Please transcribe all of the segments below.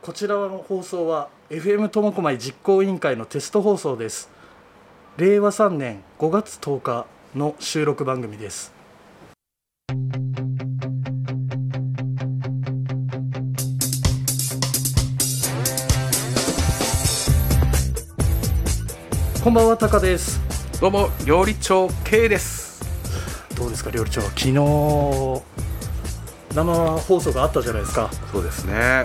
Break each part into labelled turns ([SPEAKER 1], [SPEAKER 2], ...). [SPEAKER 1] こちらの放送は FM 苫小牧実行委員会のテスト放送です令和3年5月10日の収録番組ですこんばんはタカです
[SPEAKER 2] どうも料理長 K です
[SPEAKER 1] どうですか料理長昨日生放送があったじゃないですか
[SPEAKER 2] そうですね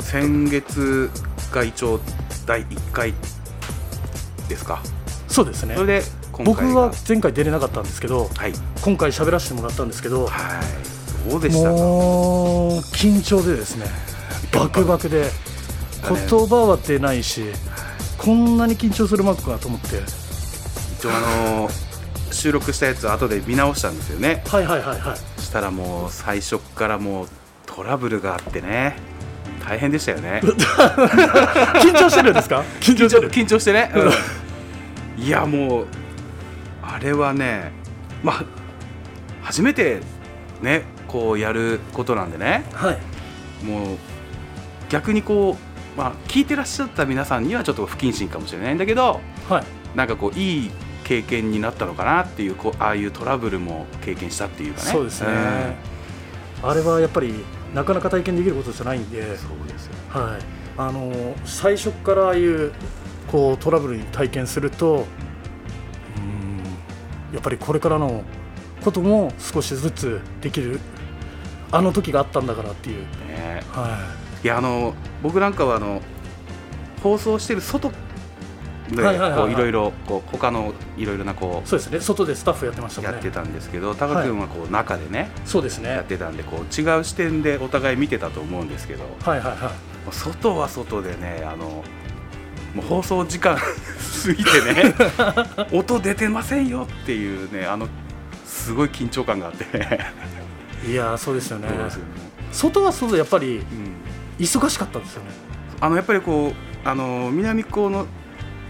[SPEAKER 2] 先月が一応第1回ですか
[SPEAKER 1] そうですね
[SPEAKER 2] それで今
[SPEAKER 1] 僕
[SPEAKER 2] 回が
[SPEAKER 1] は前回出れなかったんですけど
[SPEAKER 2] はい
[SPEAKER 1] 今回喋らせてもらったんですけど
[SPEAKER 2] はいどうでしたか
[SPEAKER 1] もう緊張でですねバクバクで
[SPEAKER 2] だね
[SPEAKER 1] 言葉は出ないしこんなに緊張するマックかと思って
[SPEAKER 2] 一応あの収録したやつ後で見直したんですよね
[SPEAKER 1] はいはいはいはい
[SPEAKER 2] したらもう最初っからもうトラブルがあってね大変でしたよね
[SPEAKER 1] 緊張してるんですか 緊張してる
[SPEAKER 2] 緊張してね、うんいやもうあれはねまあ初めてねこうやることなんでね
[SPEAKER 1] はい
[SPEAKER 2] もう逆にこう、まあ、聞いてらっしゃった皆さんにはちょっと不謹慎かもしれないんだけど
[SPEAKER 1] はい
[SPEAKER 2] なんかこういい経験になったのかなっていうこうああいうトラブルも経験したっていうかね
[SPEAKER 1] そうですねあれはやっぱりなかなか体験できることじゃないんで
[SPEAKER 2] うんそうですよ
[SPEAKER 1] はい、あの最初からああいうこうトラブルに体験するとうんやっぱりこれからのことも少しずつできるあの時があったんだからっていう、
[SPEAKER 2] ね
[SPEAKER 1] はい
[SPEAKER 2] やあの僕なんかはあの放送してる外で
[SPEAKER 1] はいはいはいはい
[SPEAKER 2] こういろいろこう他のいろいろなこ
[SPEAKER 1] い、そうですね外でスタッフやってましたもん
[SPEAKER 2] や
[SPEAKER 1] ね
[SPEAKER 2] ってたんですけど高君はこう中でね
[SPEAKER 1] そうですね
[SPEAKER 2] やってたんでこう違う視点でお互い見てたと思うんですけど
[SPEAKER 1] はいはいは
[SPEAKER 2] 外は外でねあのもう放送時間 過ぎてね 音出てませんよっていうねあのすごい緊張感があってね
[SPEAKER 1] いいやーそうですよね
[SPEAKER 2] そうですよね
[SPEAKER 1] 外は外でやっぱり
[SPEAKER 2] うん
[SPEAKER 1] 忙しかったんですよね
[SPEAKER 2] あのやっぱりこうあの南高の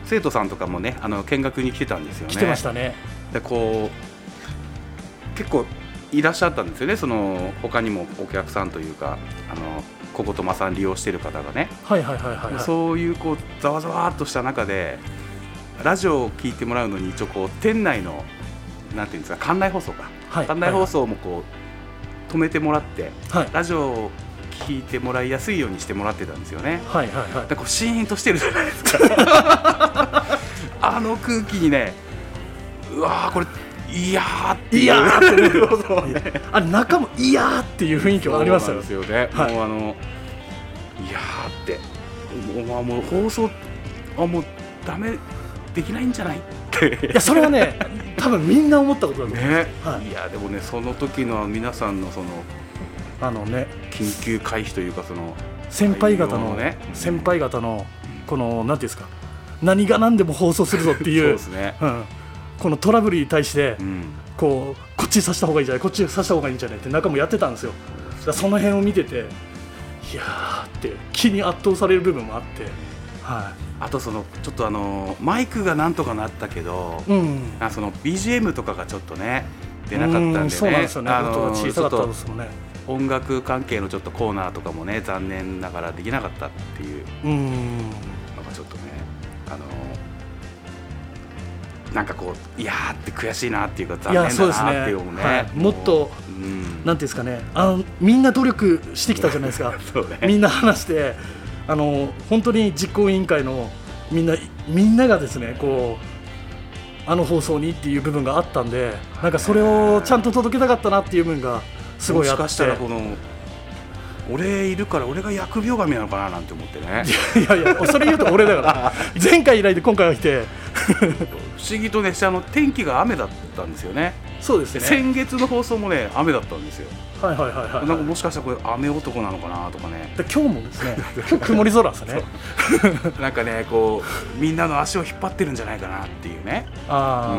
[SPEAKER 2] 生徒さんとかもねあの見学に来てたんですよね。
[SPEAKER 1] 来てましたね
[SPEAKER 2] でこう結構いらっしゃったんですよねその他にもお客さんというかあのこことまさん利用してる方がね、
[SPEAKER 1] はいはいはいはい、はい、
[SPEAKER 2] そういうこうざわざわっとした中でラジオを聞いてもらうのに一応こう店内のなんていうんですか館内放送か、
[SPEAKER 1] はい
[SPEAKER 2] 館内放送もこう止めてもらって
[SPEAKER 1] はい
[SPEAKER 2] ラジオを聞いてもらいやすいようにしてもらってたんですよね。
[SPEAKER 1] はいはいはい
[SPEAKER 2] なんかこうシーンとしてるじゃないですかあの空気にねうわーこれいやーっていう
[SPEAKER 1] いやー
[SPEAKER 2] そうそ う
[SPEAKER 1] いやあれ中もいやーっていう雰囲気はあります
[SPEAKER 2] そう
[SPEAKER 1] よ
[SPEAKER 2] なんですよね、
[SPEAKER 1] はい
[SPEAKER 2] もうあのいやーってもうもう放送あもうダメできないんじゃないって
[SPEAKER 1] いやそれはね多分みんな思ったことだと思う、
[SPEAKER 2] ね、
[SPEAKER 1] はい
[SPEAKER 2] い、やでもねその時の皆さんのその
[SPEAKER 1] あのね
[SPEAKER 2] 緊急回避というかその
[SPEAKER 1] 先輩方
[SPEAKER 2] 対応
[SPEAKER 1] の、
[SPEAKER 2] ね
[SPEAKER 1] 先輩方のこのなんていうんですか何が何でも放送するぞってい
[SPEAKER 2] そう
[SPEAKER 1] う
[SPEAKER 2] ですね、
[SPEAKER 1] うん、このトラブルに対して、
[SPEAKER 2] うん、
[SPEAKER 1] こうこっちに刺した方がいいんじゃないこっちに刺した方がいいんじゃないって中もやってたんですよだからその辺を見てていやーって気に圧倒される部分もあっては
[SPEAKER 2] あとそのちょっとあのマイクがなんとかなったけど、
[SPEAKER 1] いうん
[SPEAKER 2] あその BGM とかがちょっとね出なかったんで
[SPEAKER 1] う
[SPEAKER 2] ね
[SPEAKER 1] そうなんですよね
[SPEAKER 2] あ
[SPEAKER 1] 音が
[SPEAKER 2] の
[SPEAKER 1] 小
[SPEAKER 2] ち
[SPEAKER 1] さ
[SPEAKER 2] ょ
[SPEAKER 1] か
[SPEAKER 2] っ
[SPEAKER 1] った
[SPEAKER 2] と
[SPEAKER 1] ですもんね
[SPEAKER 2] 音楽関係のちょっとコーナーとかもね残念ながらできなかったっていう
[SPEAKER 1] うん
[SPEAKER 2] のがちょっとねあのなんかこういやーって悔しいなっていうか残
[SPEAKER 1] いや
[SPEAKER 2] 念
[SPEAKER 1] そう
[SPEAKER 2] だ
[SPEAKER 1] です
[SPEAKER 2] な
[SPEAKER 1] ね
[SPEAKER 2] ーっていうもね
[SPEAKER 1] はいもっと
[SPEAKER 2] う
[SPEAKER 1] な
[SPEAKER 2] ん
[SPEAKER 1] んていうんですかねあのみんな努力してきたじゃないですか
[SPEAKER 2] そうね
[SPEAKER 1] みんな話してあの本当に実行委員会のみんなみんながですねこうあの放送にっていう部分があったんでなんかそれをちゃんと届けたかったなっていう部分がすごいあって
[SPEAKER 2] もしかしたらこの俺いるから俺が疫病神なのかななんて思ってね
[SPEAKER 1] いやいやそれ言うと俺だから前回以来で今回は来て
[SPEAKER 2] 不思議とねあの天気が雨だったんですよね
[SPEAKER 1] そうです
[SPEAKER 2] で
[SPEAKER 1] ね
[SPEAKER 2] 先月の放送もね雨だったんですよ
[SPEAKER 1] はいはいはいはい
[SPEAKER 2] なんかもしかしたらこれ雨男なのかなと かね
[SPEAKER 1] で今日もですね今日曇り空ですね
[SPEAKER 2] なんかねこうみんなの足を引っ張ってるんじゃないかなっていうね
[SPEAKER 1] あ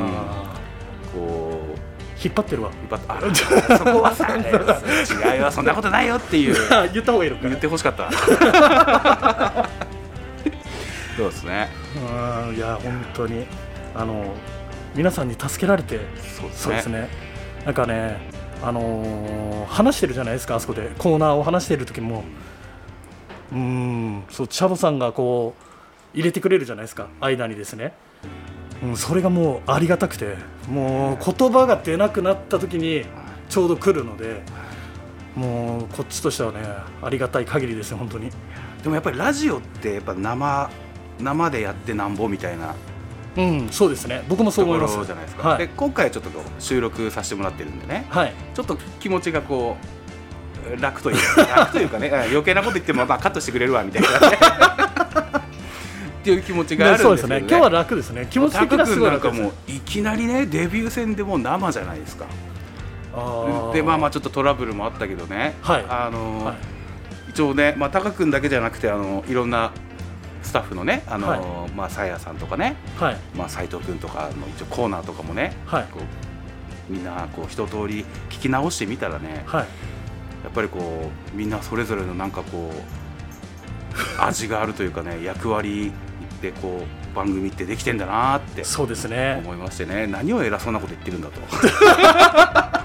[SPEAKER 1] あ、
[SPEAKER 2] こう
[SPEAKER 1] 引っ張ってるわ
[SPEAKER 2] 引っ張っあらそこはさ違いはそんなことないよっていう
[SPEAKER 1] 言った方がいいのか
[SPEAKER 2] 言ってほしかった そうですね
[SPEAKER 1] うんいや本当にあの皆さんに助けられて
[SPEAKER 2] そうです
[SPEAKER 1] そう
[SPEAKER 2] ね
[SPEAKER 1] ですねなんかねあのー話してるじゃないですかあそこでコーナーを話してる時もうーんそうチャボさんがこう入れてくれるじゃないですか間にですね、うん、それがもうありがたくてもう言葉が出なくなった時にちょうど来るのでもうこっちとしてはねありがたい限りですよ本当に
[SPEAKER 2] でもやっぱりラジオってやっぱ生生でやってなんぼみたいな
[SPEAKER 1] うんそうですね僕もそう
[SPEAKER 2] と
[SPEAKER 1] 思
[SPEAKER 2] こ
[SPEAKER 1] いま
[SPEAKER 2] ろ
[SPEAKER 1] す
[SPEAKER 2] じゃないですか、
[SPEAKER 1] は
[SPEAKER 2] で
[SPEAKER 1] い、
[SPEAKER 2] 今回はちょっとこう収録させてもらってるんでね
[SPEAKER 1] はい、
[SPEAKER 2] ちょっと気持ちがこう楽というか楽というかねうん余計なこと言ってもまあカットしてくれるわみたいなね っていう気持ちがあ
[SPEAKER 1] でそ
[SPEAKER 2] る
[SPEAKER 1] うんで
[SPEAKER 2] ですす
[SPEAKER 1] ね
[SPEAKER 2] ね
[SPEAKER 1] 今日は楽ですね気持ち的にはすごい
[SPEAKER 2] タ
[SPEAKER 1] 楽
[SPEAKER 2] ク
[SPEAKER 1] です
[SPEAKER 2] 君なんかもういきなりねデビュー戦でもう生じゃないですか
[SPEAKER 1] あー
[SPEAKER 2] でまあまあちょっとトラブルもあったけどね、
[SPEAKER 1] はい
[SPEAKER 2] あの
[SPEAKER 1] はい
[SPEAKER 2] 一応ね、まあ、タカ君だけじゃなくてあのいろんなスタッフのねあの、
[SPEAKER 1] はい
[SPEAKER 2] まあ、さやさんとかね、
[SPEAKER 1] はい
[SPEAKER 2] まあ、斉藤君とかの一応コーナーとかもね
[SPEAKER 1] はい
[SPEAKER 2] こうみんなこう一通り聞き直してみたらね
[SPEAKER 1] はい
[SPEAKER 2] やっぱりこうみんなそれぞれのなんかこう味があるというかね 役割ってこう番組ってできてんだなって
[SPEAKER 1] そうですね
[SPEAKER 2] 思いましてね何を偉そうなこと言ってるんだと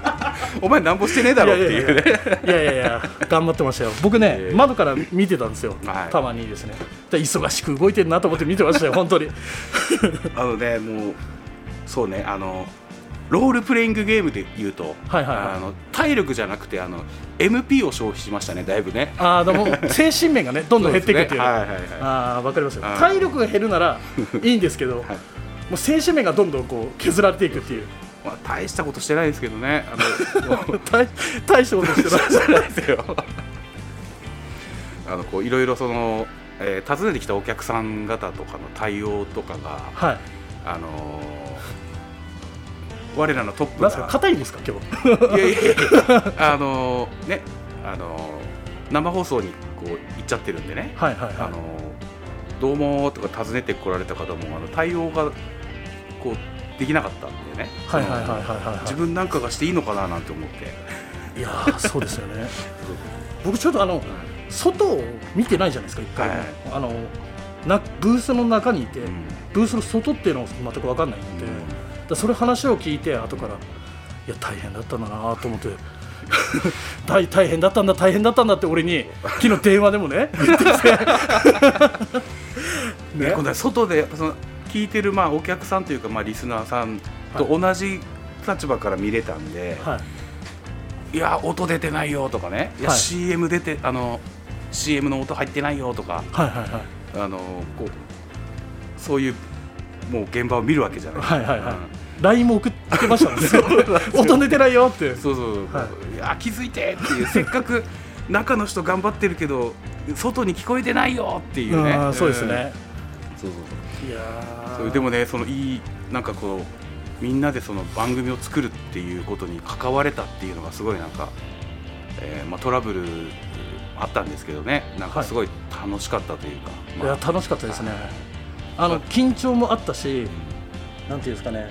[SPEAKER 2] お前なんぼしてねえだろっていうね
[SPEAKER 1] いやいやいや頑張ってましたよ僕ね、
[SPEAKER 2] ええ
[SPEAKER 1] 窓から見てたんですよ、
[SPEAKER 2] はい
[SPEAKER 1] たまにですねで忙しく動いてるなと思って見てましたよ本 当に
[SPEAKER 2] あのねもうそうねあのロールプレイングゲームで言うと、
[SPEAKER 1] はいはいはい
[SPEAKER 2] あの体力じゃなくてあの MP を消費しましたねだいぶね
[SPEAKER 1] ああでも精神面がねどんどん減っていくっていう
[SPEAKER 2] そうですねはいはいはい
[SPEAKER 1] ああわかりますよ
[SPEAKER 2] あー
[SPEAKER 1] 体力が減るならいいんですけど、もう精神面がどんどんこう削られていくって いう
[SPEAKER 2] まあ、大したことしてないですけどねあ のもう
[SPEAKER 1] 大大したことして ない
[SPEAKER 2] してないですよあのこういろいろその、えー訪ねてきたお客さん方とかの対応とかが
[SPEAKER 1] はい
[SPEAKER 2] あのー我らのトップ
[SPEAKER 1] なんすか
[SPEAKER 2] が
[SPEAKER 1] 硬いんですか今日
[SPEAKER 2] いやいやいやあのーねあのー生放送にこう行っちゃってるんでね、
[SPEAKER 1] はいはい
[SPEAKER 2] あ
[SPEAKER 1] は
[SPEAKER 2] のーどうもとか訪ねてこられた方もあの対応がこうできなかったんでね、
[SPEAKER 1] いはいはいはいはい
[SPEAKER 2] その
[SPEAKER 1] はい
[SPEAKER 2] 自分なんかがしていいのかななんて思って、
[SPEAKER 1] いやーそうですよね僕ちょっとあの外を見てないじゃないですか一回も、
[SPEAKER 2] はい
[SPEAKER 1] あのなブースの中にいて、
[SPEAKER 2] うん
[SPEAKER 1] ブースの外っていうのは全く分かんないんで、だ
[SPEAKER 2] うん
[SPEAKER 1] からそれ話を聞いて後からいや大変だったんだなと思って 大大変だったんだ大変だったんだって俺に昨日電話でも ね言ってきてね
[SPEAKER 2] ね、今度は外でやっぱその聞いてるまあお客さんというかまあリスナーさんと同じ立場から見れたんで、
[SPEAKER 1] はい
[SPEAKER 2] い、や音出てないよとかね、いや
[SPEAKER 1] はい
[SPEAKER 2] CM 出てあの CM の音入ってないよとか
[SPEAKER 1] はいはいはい
[SPEAKER 2] あのこうそういうもう現場を見るわけじゃないですか
[SPEAKER 1] はいはいはい
[SPEAKER 2] うん
[SPEAKER 1] LINE も送ってましたもん ね 音出てないよって
[SPEAKER 2] そうそうそう、、
[SPEAKER 1] はい
[SPEAKER 2] や気づいてって いうせっかく中の人頑張ってるけど外に聞こえてないよっていうね、
[SPEAKER 1] あーそうですね、
[SPEAKER 2] うん、そうそうそう
[SPEAKER 1] いや
[SPEAKER 2] そうでもねそのいいなんかこうみんなでその番組を作るっていうことに関われたっていうのがすごいなんか、えーまあ、トラブルあったんですけどねなんかすごい楽しかったというか、
[SPEAKER 1] い
[SPEAKER 2] ま
[SPEAKER 1] や
[SPEAKER 2] あ
[SPEAKER 1] 楽しかったですね、あ
[SPEAKER 2] は
[SPEAKER 1] の
[SPEAKER 2] い
[SPEAKER 1] 緊張もあったし、なんていうんですかね、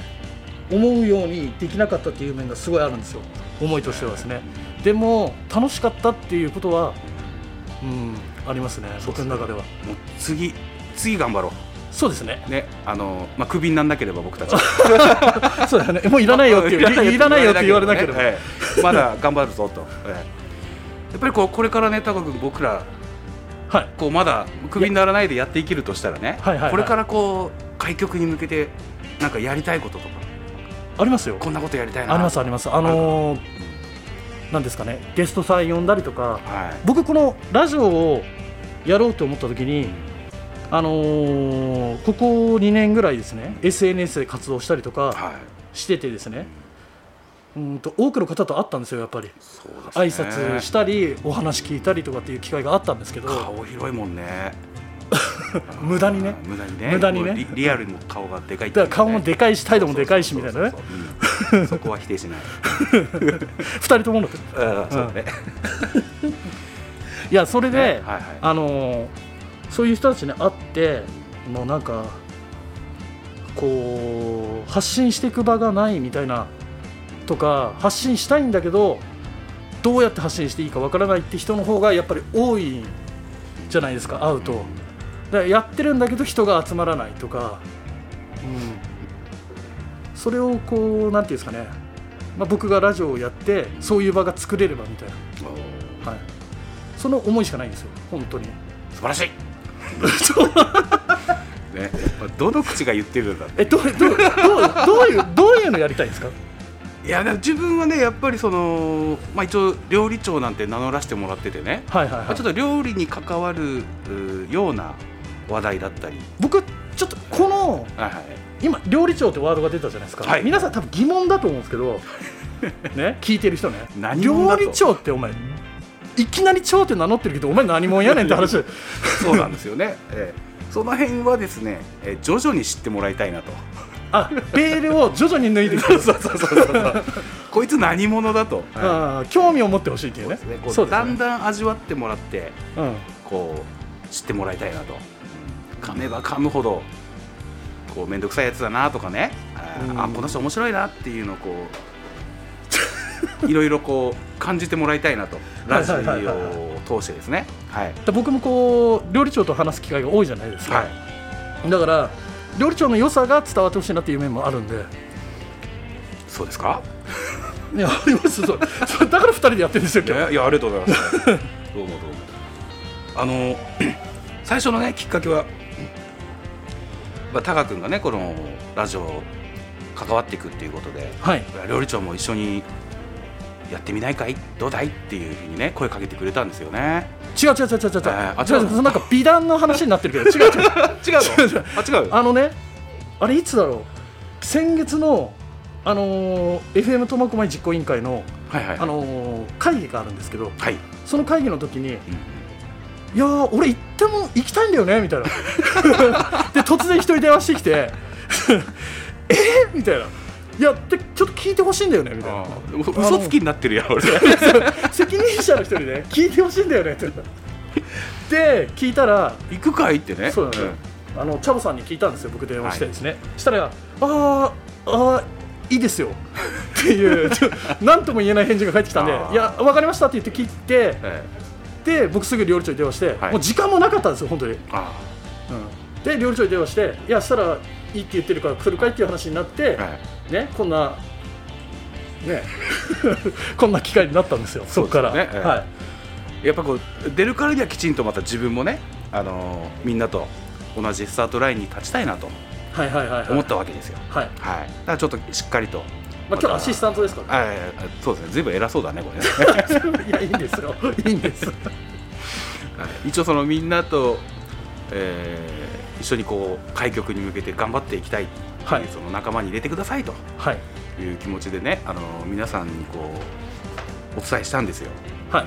[SPEAKER 1] 思うようにできなかったっていう面がすごいあるんですよ、思いとしてはですね。でも、楽しかったっていうことは、うん、ありますね、僕の中では。
[SPEAKER 2] もう次次頑張ろ
[SPEAKER 1] そうです ね、
[SPEAKER 2] うねあのまあクビにならなけれ ば僕たち
[SPEAKER 1] そうだね、もういらないよ っていう、いいらないよって言われなければ、
[SPEAKER 2] はいまだ頑張るぞと、はいやっぱりこうこれからね高君僕ら
[SPEAKER 1] はい、
[SPEAKER 2] こうまだクビにならないでやっていけるとしたらね、
[SPEAKER 1] はいはいはい
[SPEAKER 2] これからこう開局に向けてなんかやりたいこととか
[SPEAKER 1] ありますよ、
[SPEAKER 2] こんなことやりたいな
[SPEAKER 1] あります、あります、あのーなんですかね、ゲストさん呼んだりとか、
[SPEAKER 2] はい
[SPEAKER 1] 僕、このラジオをやろうと思ったときに、あのーここ2年ぐらいですね、SNS で活動したりとか
[SPEAKER 2] はい
[SPEAKER 1] しててですね、うんと多くの方と会ったんですよ、やっぱり。
[SPEAKER 2] そうですね
[SPEAKER 1] 挨拶したり、お話聞いたりとかっていう機会があったんですけど、
[SPEAKER 2] 顔広いもんね
[SPEAKER 1] 無駄にね
[SPEAKER 2] あー無駄にね
[SPEAKER 1] 無駄にね
[SPEAKER 2] もうリリアルにも顔がでかいって
[SPEAKER 1] だ
[SPEAKER 2] いう
[SPEAKER 1] から顔も
[SPEAKER 2] ね
[SPEAKER 1] でかいし、態度もでかいしみたいなね
[SPEAKER 2] そ、うそうそううんそこは否定し ない
[SPEAKER 1] 2人ともの、
[SPEAKER 2] うんそうだね
[SPEAKER 1] いや、それで、
[SPEAKER 2] はいはい
[SPEAKER 1] あのーそういう人たちに会って、もうなんか、こう、発信していく場がないみたいなとか、発信したいんだけど、どうやって発信していいかわからないって人の方がやっぱり多いじゃないですか、会うと。だからやってるんだけど人が集まらないとか、うん、それをこうなんていうんですかね、まあ、僕がラジオをやってそういう場が作れればみたいな、はい、その思いしかないんですよ本当に
[SPEAKER 2] 素晴らし いね、まあどの口が言ってるんだって
[SPEAKER 1] えどうどうどうどういうどういうのやりたいんですか。
[SPEAKER 2] いやでも自分はねやっぱりその、まあ、一応料理長なんて名乗らせてもらっててね、
[SPEAKER 1] はいはい
[SPEAKER 2] ま
[SPEAKER 1] は
[SPEAKER 2] あ
[SPEAKER 1] い。
[SPEAKER 2] ちょっと料理に関わるうーような話題だったり、
[SPEAKER 1] 僕ちょっとこの
[SPEAKER 2] はいはい、
[SPEAKER 1] 今料理長ってワードが出たじゃないですか。
[SPEAKER 2] はい
[SPEAKER 1] 皆さん多分疑問だと思うんですけ ど、ね聞いてる人ね。
[SPEAKER 2] 何者
[SPEAKER 1] 料
[SPEAKER 2] だと
[SPEAKER 1] 理長ってお前いきなり長って名乗ってるけどお前何者やねんって話。はい
[SPEAKER 2] そうなんですよ ね、ええその辺はですね、ええ徐々に知ってもらいたい なと
[SPEAKER 1] あベールを徐々に脱いでい く。
[SPEAKER 2] そうそうそうそうこいつ何者だと、は
[SPEAKER 1] あー興味を持ってほしいってい
[SPEAKER 2] い、
[SPEAKER 1] う
[SPEAKER 2] そう
[SPEAKER 1] ね
[SPEAKER 2] ですね。こう
[SPEAKER 1] そうです
[SPEAKER 2] だ
[SPEAKER 1] ね
[SPEAKER 2] んだん味わってもらって
[SPEAKER 1] うん
[SPEAKER 2] こう知ってもらいたいなと噛めば噛むほどこう面倒くさいやつだなとかねあー
[SPEAKER 1] うん
[SPEAKER 2] あこの人面白いなっていうのをこういろいろこう感じてもらいたいなとラジオ
[SPEAKER 1] はいはいはいはい
[SPEAKER 2] を通してですねはい
[SPEAKER 1] で僕もこう料理長と話す機会が多いじゃないですか、
[SPEAKER 2] はい
[SPEAKER 1] だから料理長の良さが伝わってほしいなっていう面もあるんで
[SPEAKER 2] そうですか
[SPEAKER 1] いやありますそうそうだから二人でやってるんですよ
[SPEAKER 2] い
[SPEAKER 1] 今日
[SPEAKER 2] やいやありがとうございます どうもどうもあの最初のねきっかけはまあタカ君がねこのラジオ関わっていくっていうことで
[SPEAKER 1] はい
[SPEAKER 2] 料理長も一緒にやってみないかいどうだいっていうふうにね声かけてくれたんですよね
[SPEAKER 1] 違う違う違う違う違う、
[SPEAKER 2] あ違う
[SPEAKER 1] 違う違うそのなんか美談の話になってるけど違う違う
[SPEAKER 2] 違うのあ違う
[SPEAKER 1] あの ねあれいつだろう先月のあのー FM 苫小牧実行委員会の、
[SPEAKER 2] はいはい
[SPEAKER 1] あのー会議があるんですけど
[SPEAKER 2] はい、
[SPEAKER 1] その会議の時にいやー俺行っても行きたいんだよねみたいなで突然一人電話してきて えー、みたいないやでちょっと聞いてほしいんだよねみたい
[SPEAKER 2] あ
[SPEAKER 1] な
[SPEAKER 2] ー嘘つきになってるやん俺
[SPEAKER 1] 責任者の一人ね聞いてほしいんだよねって言ったで聞いたら
[SPEAKER 2] 行くかいってね
[SPEAKER 1] そうだね
[SPEAKER 2] ん
[SPEAKER 1] あのチャボさんに聞いたんですよ僕電話して
[SPEAKER 2] はい
[SPEAKER 1] ですね、したら「あーあーいいですよ」っていう何とも言えない返事が返ってきたんで
[SPEAKER 2] あ
[SPEAKER 1] 「
[SPEAKER 2] ー
[SPEAKER 1] いや分かりました」って言って聞いて
[SPEAKER 2] え
[SPEAKER 1] で僕すぐ料理長に電話して、
[SPEAKER 2] はい
[SPEAKER 1] もう時間もなかったんですよ本当に
[SPEAKER 2] えあ
[SPEAKER 1] で料理長に電話して「いやしたらいいって言ってるから来るかい?」っていう話になって
[SPEAKER 2] ー、はい
[SPEAKER 1] ねこんなね こんな機会になったんですよそこから、
[SPEAKER 2] そうですねええ
[SPEAKER 1] はい
[SPEAKER 2] やっぱこう出るからにはきちんとまた自分もね、あのーみんなと同じスタートラインに立ちたいなと
[SPEAKER 1] はいはいはいはい
[SPEAKER 2] 思ったわけですよ、
[SPEAKER 1] はい、
[SPEAKER 2] はい、だからちょっとしっかりと、
[SPEAKER 1] まあ、今日アシスタントです から、
[SPEAKER 2] あーそうですねずいぶん偉そうだねこれね
[SPEAKER 1] いやいいんですよいいんです
[SPEAKER 2] はい一応そのみんなと、えー一緒にこう開局に向けて頑張っていきたいっていう、
[SPEAKER 1] はい
[SPEAKER 2] その仲間に入れてくださいと
[SPEAKER 1] はい
[SPEAKER 2] いう気持ちでね、あの皆さんにこうお伝えしたんですよ
[SPEAKER 1] はい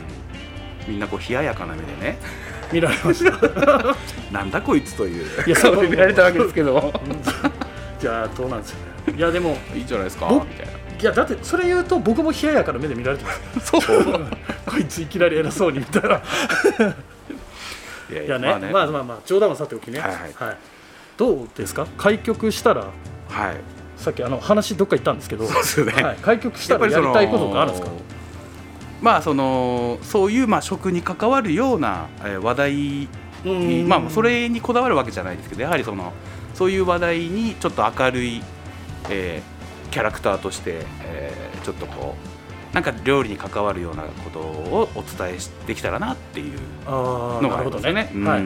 [SPEAKER 2] みんなこう冷ややかな目で ね
[SPEAKER 1] 見られました
[SPEAKER 2] なんだこいつという
[SPEAKER 1] いやそう
[SPEAKER 2] 顔で見られたわけですけども
[SPEAKER 1] じゃあどうなんですかねいやでも
[SPEAKER 2] いいじゃないですか
[SPEAKER 1] 僕
[SPEAKER 2] みたいない
[SPEAKER 1] やだってそれ言うと僕も冷ややかな目で見られてます
[SPEAKER 2] そう
[SPEAKER 1] こいついきなり偉そうにみたいない
[SPEAKER 2] やい
[SPEAKER 1] い
[SPEAKER 2] や
[SPEAKER 1] やね
[SPEAKER 2] ま
[SPEAKER 1] ま
[SPEAKER 2] あね、
[SPEAKER 1] あまあまあ冗談はさておきね
[SPEAKER 2] はいはい
[SPEAKER 1] どうですか開局したら
[SPEAKER 2] はい
[SPEAKER 1] さっきあの話どっか行ったんですけど、
[SPEAKER 2] そうですよね、
[SPEAKER 1] はい、開局したらや
[SPEAKER 2] そ
[SPEAKER 1] り
[SPEAKER 2] の
[SPEAKER 1] たいことがあるんですか
[SPEAKER 2] まあそのそういうまあ食に関わるようなえー話題
[SPEAKER 1] うん
[SPEAKER 2] まあ、それにこだわるわけじゃないですけどやはりそのそういう話題にちょっと明るい、えーキャラクターとして、えーちょっとこうなんか料理に関わるようなことをお伝えしできたらなっていう
[SPEAKER 1] あー
[SPEAKER 2] の
[SPEAKER 1] な
[SPEAKER 2] があ
[SPEAKER 1] る
[SPEAKER 2] る
[SPEAKER 1] ほ
[SPEAKER 2] ん
[SPEAKER 1] ど
[SPEAKER 2] ですよね
[SPEAKER 1] ね。、
[SPEAKER 2] うん
[SPEAKER 1] はい、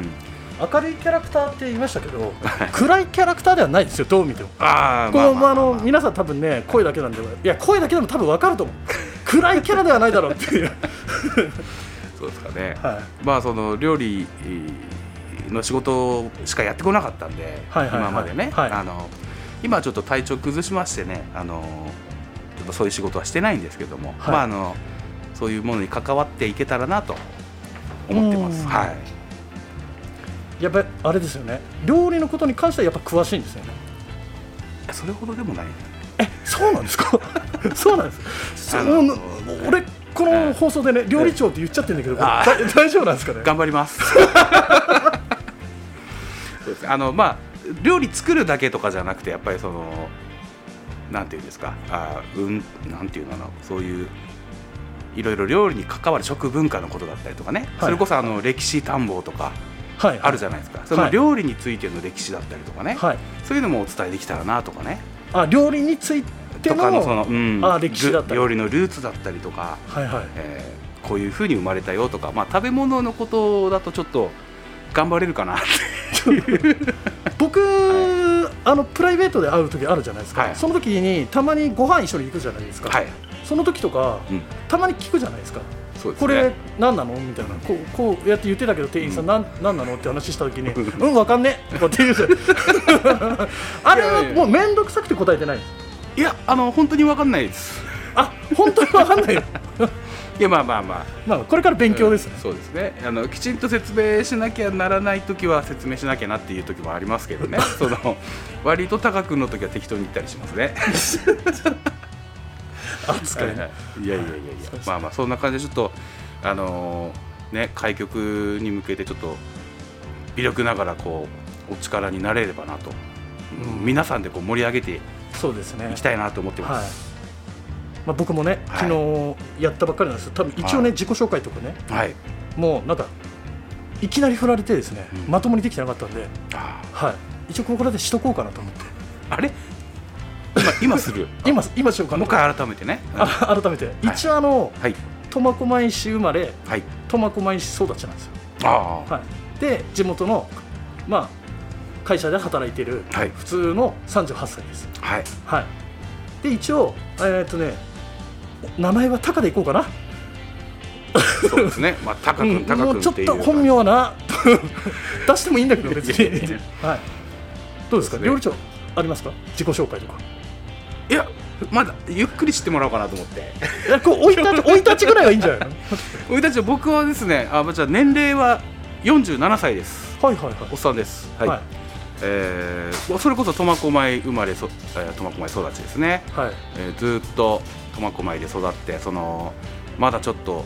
[SPEAKER 1] 明るいキャラクターって言いましたけど、暗いキャラクターではないですよどう見ても。
[SPEAKER 2] あー
[SPEAKER 1] こ
[SPEAKER 2] まあ
[SPEAKER 1] の
[SPEAKER 2] ま
[SPEAKER 1] まあ
[SPEAKER 2] あ
[SPEAKER 1] あ
[SPEAKER 2] まあ
[SPEAKER 1] の皆さん多分ね声だけなんでいや声だけでも多分わかると思う暗いキャラではないだろうって いう、
[SPEAKER 2] そうですかね、
[SPEAKER 1] はい、
[SPEAKER 2] まあその料理の仕事しかやってこなかったんで、
[SPEAKER 1] はいはいはい
[SPEAKER 2] 今までね、
[SPEAKER 1] はい
[SPEAKER 2] あの今ちょっと体調崩しましてねあのちょっとそういう仕事はしてないんですけども、
[SPEAKER 1] はい
[SPEAKER 2] まああのそういうものに関わっていけたらなと思ってま
[SPEAKER 1] う
[SPEAKER 2] す。
[SPEAKER 1] ん
[SPEAKER 2] はい、
[SPEAKER 1] やっぱりあれですよね料理のことに関してはやっぱ詳しいんですよね
[SPEAKER 2] それほどでもない。
[SPEAKER 1] え そうなんです かそうなんですそ
[SPEAKER 2] あの
[SPEAKER 1] うな俺この放送でね料理長って言っちゃってるんだけど
[SPEAKER 2] あ
[SPEAKER 1] だ大丈夫なんですかね
[SPEAKER 2] 頑張 ります。そうですねあのまあ料理作るだけとかじゃなくてやっぱりそのなんていうんですかあーうんなんていうのかなそういういろいろ料理に関わる食文化のことだったりとかね、それこそあの歴史探訪とか
[SPEAKER 1] はい
[SPEAKER 2] あるじ
[SPEAKER 1] ゃ
[SPEAKER 2] ゃないですかその料理についての歴史だったりとかね、
[SPEAKER 1] はい
[SPEAKER 2] そういうのもお伝えできたらなとかね
[SPEAKER 1] あ料理について
[SPEAKER 2] と
[SPEAKER 1] の
[SPEAKER 2] かのその、うん、
[SPEAKER 1] あー歴史だったり
[SPEAKER 2] 料理のルーツだったりとか
[SPEAKER 1] はいはい
[SPEAKER 2] えーこういうふうに生まれたよとか、まあ、食べ物のことだとちょっと頑張れるかなって
[SPEAKER 1] 僕、あのプライベートで会う時あるじゃないですか、
[SPEAKER 2] はい
[SPEAKER 1] その時にたまにご飯一緒に行くじゃないですか、
[SPEAKER 2] はい、
[SPEAKER 1] その時とか
[SPEAKER 2] うん、
[SPEAKER 1] たまに聞くじゃないですか
[SPEAKER 2] そうですね
[SPEAKER 1] これ何なのみたいな
[SPEAKER 2] うん
[SPEAKER 1] こうこうやって言ってたけど店員さん、、
[SPEAKER 2] うん
[SPEAKER 1] なん何なのって話した時にうんわかんねえとかって言うじゃん あれ
[SPEAKER 2] いや
[SPEAKER 1] はい
[SPEAKER 2] やいや
[SPEAKER 1] もう面倒くさくて答えてないです
[SPEAKER 2] いやあの本当に分かんないです
[SPEAKER 1] あ本当にわかん ないよ
[SPEAKER 2] いやまあまあまあ
[SPEAKER 1] まあこれから勉強ですね
[SPEAKER 2] うん、そうですねあのきちんと説明しなきゃならない時は説明しなきゃなっていう時もありますけ どねその割と高くの時は適当に言ったりしますね
[SPEAKER 1] 扱い
[SPEAKER 2] は
[SPEAKER 1] ね
[SPEAKER 2] いはいいやいやいやいやまあまあそんな感じでちょっとあのーね開局に向けてちょっと微力ながらこうお力になれればなと、
[SPEAKER 1] うん
[SPEAKER 2] 皆さんでこう盛り上げてい
[SPEAKER 1] そうですね
[SPEAKER 2] きたいなと思ってま
[SPEAKER 1] はい
[SPEAKER 2] す、
[SPEAKER 1] まあ、僕もね、
[SPEAKER 2] はい
[SPEAKER 1] 昨日やったばっかりなんですけど多分一応ね、
[SPEAKER 2] はい
[SPEAKER 1] 自己紹介とかね
[SPEAKER 2] はい、
[SPEAKER 1] もうなんかいきなり振られてですね、
[SPEAKER 2] うん
[SPEAKER 1] まともにできてなかったんで、
[SPEAKER 2] あ
[SPEAKER 1] はい、一応ここらでしとこうかなと思って
[SPEAKER 2] ーあれ 今今する
[SPEAKER 1] 今今しようか
[SPEAKER 2] もう
[SPEAKER 1] な
[SPEAKER 2] 一
[SPEAKER 1] と思って
[SPEAKER 2] 回改めてね、うんは
[SPEAKER 1] あ改めて、一応あの
[SPEAKER 2] い
[SPEAKER 1] 苫小牧市生まれ
[SPEAKER 2] はい
[SPEAKER 1] 苫小牧市育ちなんですよ、
[SPEAKER 2] ああ
[SPEAKER 1] はい、で地元の、まあ、会社で働いてる
[SPEAKER 2] はい
[SPEAKER 1] 普通の38歳です、
[SPEAKER 2] はい
[SPEAKER 1] はい、で一応えーっとね名前はタカでいこうかな
[SPEAKER 2] そうですね。まあ高く
[SPEAKER 1] うん
[SPEAKER 2] ん高
[SPEAKER 1] も
[SPEAKER 2] く
[SPEAKER 1] うんちょ
[SPEAKER 2] っ
[SPEAKER 1] って
[SPEAKER 2] いう。
[SPEAKER 1] と本名はな 出してもいいんだけど別
[SPEAKER 2] いやいやい
[SPEAKER 1] に
[SPEAKER 2] や、
[SPEAKER 1] はい、どうですか
[SPEAKER 2] そうですね
[SPEAKER 1] 料理長ありますか自己紹介とか
[SPEAKER 2] いやまだゆっくり知ってもらおうかなと思って。
[SPEAKER 1] いやこう生い 立ち生い立ちぐらいはいいんじゃないの
[SPEAKER 2] 俺たち僕はですね。あまあじゃあ年齢は47歳です。
[SPEAKER 1] はいはい
[SPEAKER 2] おっ
[SPEAKER 1] は
[SPEAKER 2] さんです。はいい。
[SPEAKER 1] はい
[SPEAKER 2] えーそれこそ苫小牧生まれそえー苫小牧育ちですね。
[SPEAKER 1] はい
[SPEAKER 2] えーずーっと苫小牧で育ってそのまだちょっと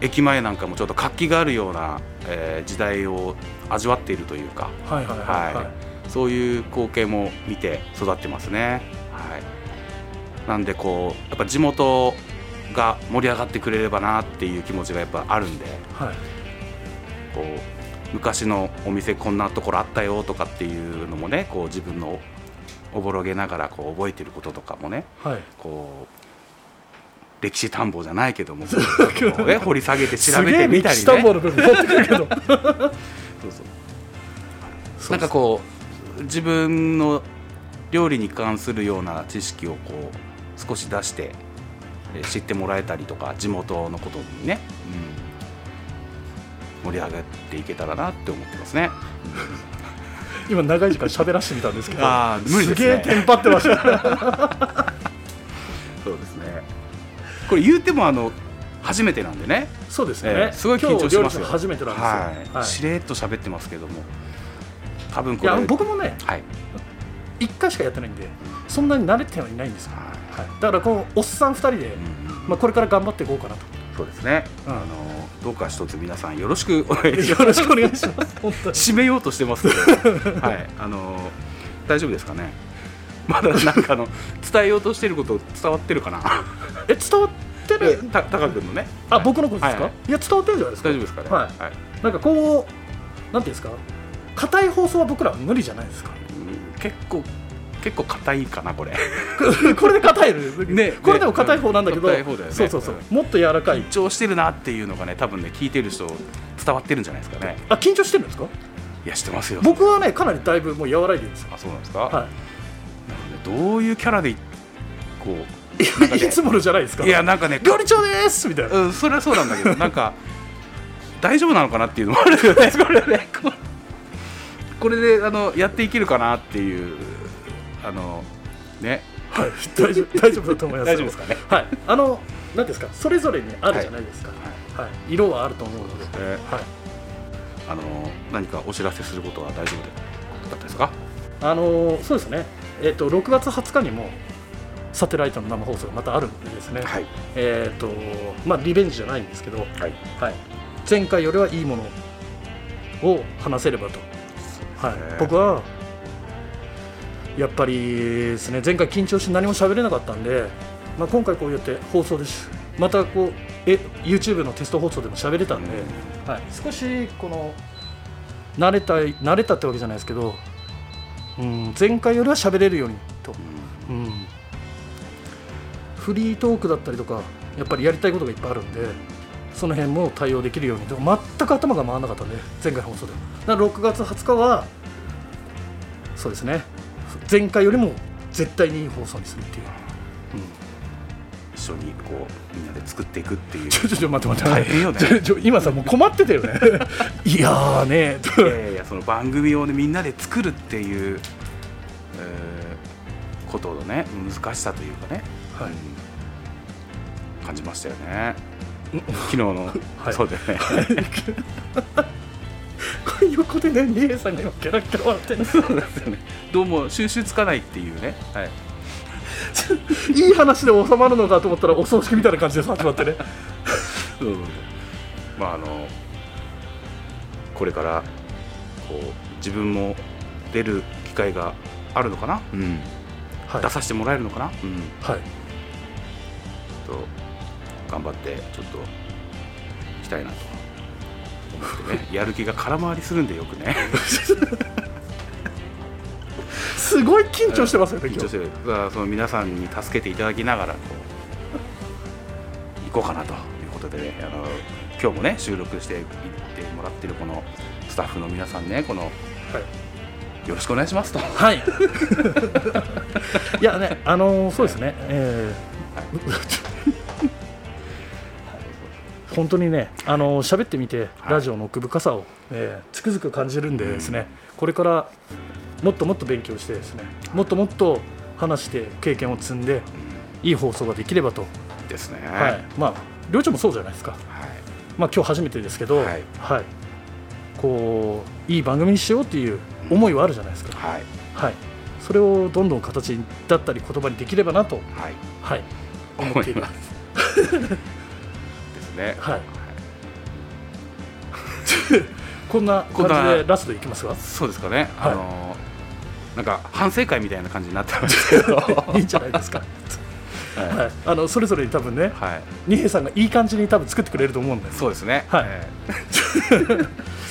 [SPEAKER 2] 駅前なんかもちょっと活気があるような、えー時代を味わっているというか。
[SPEAKER 1] はいはいはいはい
[SPEAKER 2] はい、そういう光景も見て育ってますね。はい、なんでこうやっぱ地元が盛り上がってくれればなっていう気持ちがやっぱあるんで
[SPEAKER 1] はい
[SPEAKER 2] こう昔のお店こんなところあったよとかっていうのもねこう自分のおぼろげながらこう覚えてることとかもね
[SPEAKER 1] はい
[SPEAKER 2] こう歴史探訪じゃないけ どもこうね掘り下げて調べてみたり
[SPEAKER 1] すげえ道田んぼの
[SPEAKER 2] ね。
[SPEAKER 1] 部分持ってくる けど
[SPEAKER 2] そうそうなんかこう自分の料理に関するような知識をこう少し出してえー知ってもらえたりとか地元のことにね、うん、盛り上がっていけたらなって思ってますね。
[SPEAKER 1] 今長い時間喋らせてみたんですけど
[SPEAKER 2] あー無理ですね
[SPEAKER 1] げえテンパってました
[SPEAKER 2] そうですねこれ言うてもあの初めてなんでね
[SPEAKER 1] そうですね、
[SPEAKER 2] えーすごい緊張しま
[SPEAKER 1] 今
[SPEAKER 2] す
[SPEAKER 1] 日料理長
[SPEAKER 2] よ
[SPEAKER 1] 初めてなんですよ、
[SPEAKER 2] はい
[SPEAKER 1] はい
[SPEAKER 2] しれっと喋ってますけども多分
[SPEAKER 1] い
[SPEAKER 2] これ
[SPEAKER 1] や僕もね
[SPEAKER 2] はい、
[SPEAKER 1] 1回しかやってないんでそんなに慣れてはいないんですよ、
[SPEAKER 2] は
[SPEAKER 1] はい、だからこのおっさん2人で、
[SPEAKER 2] いうん
[SPEAKER 1] まあ、これから頑張っていこうかなと
[SPEAKER 2] そうですね、
[SPEAKER 1] うん
[SPEAKER 2] あのどうか一つ皆さんよろしくお願いします
[SPEAKER 1] よろしくお願いします。本当に。
[SPEAKER 2] 締めようとしてます けど、はい、あのー大丈夫ですかね。まだなんかあの伝えようとしてること伝わってるかな。
[SPEAKER 1] え、伝わってる。
[SPEAKER 2] た高くんのね。
[SPEAKER 1] あ、僕のことですか。
[SPEAKER 2] はいい
[SPEAKER 1] や、伝わってるんじゃないですか。
[SPEAKER 2] 大丈夫ですかね。
[SPEAKER 1] はいなんかこう、なんていうんですか。硬い放送は僕らは無理じゃないです か。
[SPEAKER 2] うん結構結構硬いかなこれ。
[SPEAKER 1] これで硬いの
[SPEAKER 2] ね
[SPEAKER 1] これでも硬い方なんだけど。
[SPEAKER 2] ね硬い方だよね
[SPEAKER 1] そうそうそう。もっと柔らかい
[SPEAKER 2] 緊。張してるなっていうのがね、多分ね聞いてる人伝わってるんじゃないですかね。
[SPEAKER 1] あ、緊張してるんですか。
[SPEAKER 2] いやしてますよ。
[SPEAKER 1] 僕はね、かなりだいぶもう和らいでるんですよ。
[SPEAKER 2] あそうなんですか。
[SPEAKER 1] は
[SPEAKER 2] どういうキャラでこうなんか
[SPEAKER 1] い。
[SPEAKER 2] ね
[SPEAKER 1] いつものじゃないですか。
[SPEAKER 2] いやなんかね
[SPEAKER 1] 料理長ですみたいな。
[SPEAKER 2] うん、それはそうなんだ けど、なんか大丈夫なのかなっていうのもあるよ ね、これね、ここれであのやっていけるかなっていう、あのね、
[SPEAKER 1] はい。大丈夫、大丈夫だと思います。
[SPEAKER 2] 大丈夫ですかね。
[SPEAKER 1] はい。あの、なんていうんですか。それぞれにあるじゃないですか。はい。色はあると思うので。
[SPEAKER 2] え
[SPEAKER 1] はい。
[SPEAKER 2] ーあの何かお知らせすることは大丈夫だったですか
[SPEAKER 1] あのーそうですね、えっと6月20日にもサテライトの生放送がまたあるんでですね、
[SPEAKER 2] はい、
[SPEAKER 1] えっとまあ、リベンジじゃないんですけど、
[SPEAKER 2] はい、
[SPEAKER 1] はい、前回よりはいいものを話せればと、はい
[SPEAKER 2] そうですね、
[SPEAKER 1] 僕はやっぱりですね前回緊張して何も喋れなかったんで、まあ、今回こうやって放送ですまたこうえ YouTube のテスト放送でも喋れたんで、はい、少しこの慣れたい慣れたってわけじゃないですけど、うん、前回よりは喋れるようにと、うん、フリートークだったりとかやっぱりやりたいことがいっぱいあるんでその辺も対応できるようにでも全く頭が回らなかったね前回の放送ではだから6月20日はそうですね前回よりも絶対にいい放送にするっていう、
[SPEAKER 2] 一緒にこうみんなで作っていくっていう
[SPEAKER 1] ちょちょちょ待って待って
[SPEAKER 2] 大変よね
[SPEAKER 1] ちょちょ今さもう困ってたよねいやーね
[SPEAKER 2] いやいやいやその番組を、ね、みんなで作るっていう、えーことのね難しさというかね、
[SPEAKER 1] はい
[SPEAKER 2] うん感じましたよね昨日の、
[SPEAKER 1] はい
[SPEAKER 2] そうだよね
[SPEAKER 1] これ横でね姉さんが今キャラキャラ笑ってる
[SPEAKER 2] どうも収集つかないっていうね、はい、
[SPEAKER 1] いい話で収まるのかと思ったらお葬式みたいな感じで始まってね
[SPEAKER 2] そうそうそうまああのこれからこう自分も出る機会があるのかな、うん
[SPEAKER 1] はい
[SPEAKER 2] 出させてもらえるのかな、うん、
[SPEAKER 1] はい
[SPEAKER 2] ちょっと頑張ってちょっと行きたいなと思 ってねやる気が空回りするんでよくね
[SPEAKER 1] すごい緊張してますよね
[SPEAKER 2] 緊
[SPEAKER 1] 今
[SPEAKER 2] 張
[SPEAKER 1] 日
[SPEAKER 2] してるだからその皆さんに助けていただきながらこう行こうかなということでねあの今日もね収録していってもらってるこのスタッフの皆さんねこのよろしくお願いしますと
[SPEAKER 1] はい、い、やねあのーそうですね、えー本当にねあのー喋ってみて、
[SPEAKER 2] はい
[SPEAKER 1] ラジオの奥深さを、えーつくづく感じるんでですね、これからもっともっと勉強してですねもっともっと話して経験を積んでいい放送ができればと、
[SPEAKER 2] ですね
[SPEAKER 1] は
[SPEAKER 2] はい
[SPEAKER 1] まあ両長もそうじゃないですかまあ、今日初めてですけど、
[SPEAKER 2] はい
[SPEAKER 1] はいこういい番組にしようっていう思いはあるじゃないですか、
[SPEAKER 2] はい
[SPEAKER 1] はい、それをどんどん形だったり言葉にできればなと、
[SPEAKER 2] はい
[SPEAKER 1] はい、思
[SPEAKER 2] 思
[SPEAKER 1] ってい
[SPEAKER 2] い
[SPEAKER 1] る
[SPEAKER 2] ますですね
[SPEAKER 1] はいこんな
[SPEAKER 2] こんな
[SPEAKER 1] 感じでラストいきますが
[SPEAKER 2] そうですかね、
[SPEAKER 1] はい
[SPEAKER 2] あのなんか反省会みたいな感じになってま すけど、はい
[SPEAKER 1] いんじゃないです か、
[SPEAKER 2] い
[SPEAKER 1] はい、あのそれぞれに多分ね
[SPEAKER 2] はい、
[SPEAKER 1] 二平さんがいい感じに多分作ってくれると思うんで
[SPEAKER 2] そうですね、
[SPEAKER 1] はい
[SPEAKER 2] え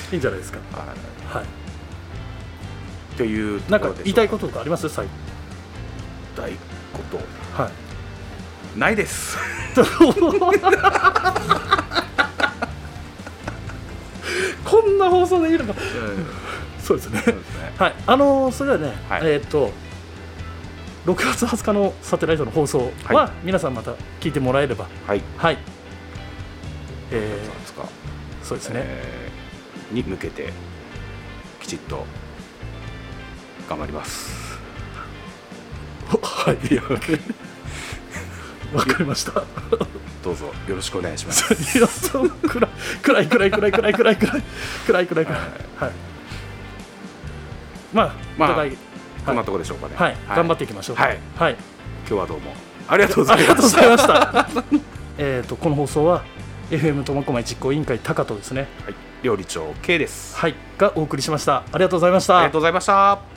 [SPEAKER 1] いいんじゃないですか、
[SPEAKER 2] ーは
[SPEAKER 1] はい、
[SPEAKER 2] いという
[SPEAKER 1] な
[SPEAKER 2] と
[SPEAKER 1] んか
[SPEAKER 2] ころで
[SPEAKER 1] 言いたいこととかあります最後
[SPEAKER 2] たいこと
[SPEAKER 1] はい
[SPEAKER 2] ないです。
[SPEAKER 1] こんな放送でいいのか そうですね
[SPEAKER 2] そうですね
[SPEAKER 1] はい、あのーそれではね、
[SPEAKER 2] はい
[SPEAKER 1] えーっと6月20日のサテライトの放送は、
[SPEAKER 2] はい
[SPEAKER 1] 皆さんまた聞いてもらえれば、
[SPEAKER 2] はい、
[SPEAKER 1] はい、え
[SPEAKER 2] そうですか。
[SPEAKER 1] ーそうですね、
[SPEAKER 2] えーに向けてきちっと頑張ります。
[SPEAKER 1] はい、わかりました。
[SPEAKER 2] どうぞよろしくお願いします。
[SPEAKER 1] いやそう暗い暗い暗い暗い暗い暗い暗い暗い暗い暗いはい。まあ、
[SPEAKER 2] まあ
[SPEAKER 1] お互い、
[SPEAKER 2] こんなとこでしょうかね。
[SPEAKER 1] はい、頑張っていきましょう。
[SPEAKER 2] はい、
[SPEAKER 1] はい。
[SPEAKER 2] 今日はどうもありがとうござ
[SPEAKER 1] あ
[SPEAKER 2] い
[SPEAKER 1] りが
[SPEAKER 2] ま
[SPEAKER 1] とうご
[SPEAKER 2] した
[SPEAKER 1] ざいました。えっとこの放送は FM 苫小牧実行委員会高とですね。
[SPEAKER 2] はい料理長 K です。
[SPEAKER 1] はいがお送りしました。ありがとうございました。
[SPEAKER 2] ありがとうございました。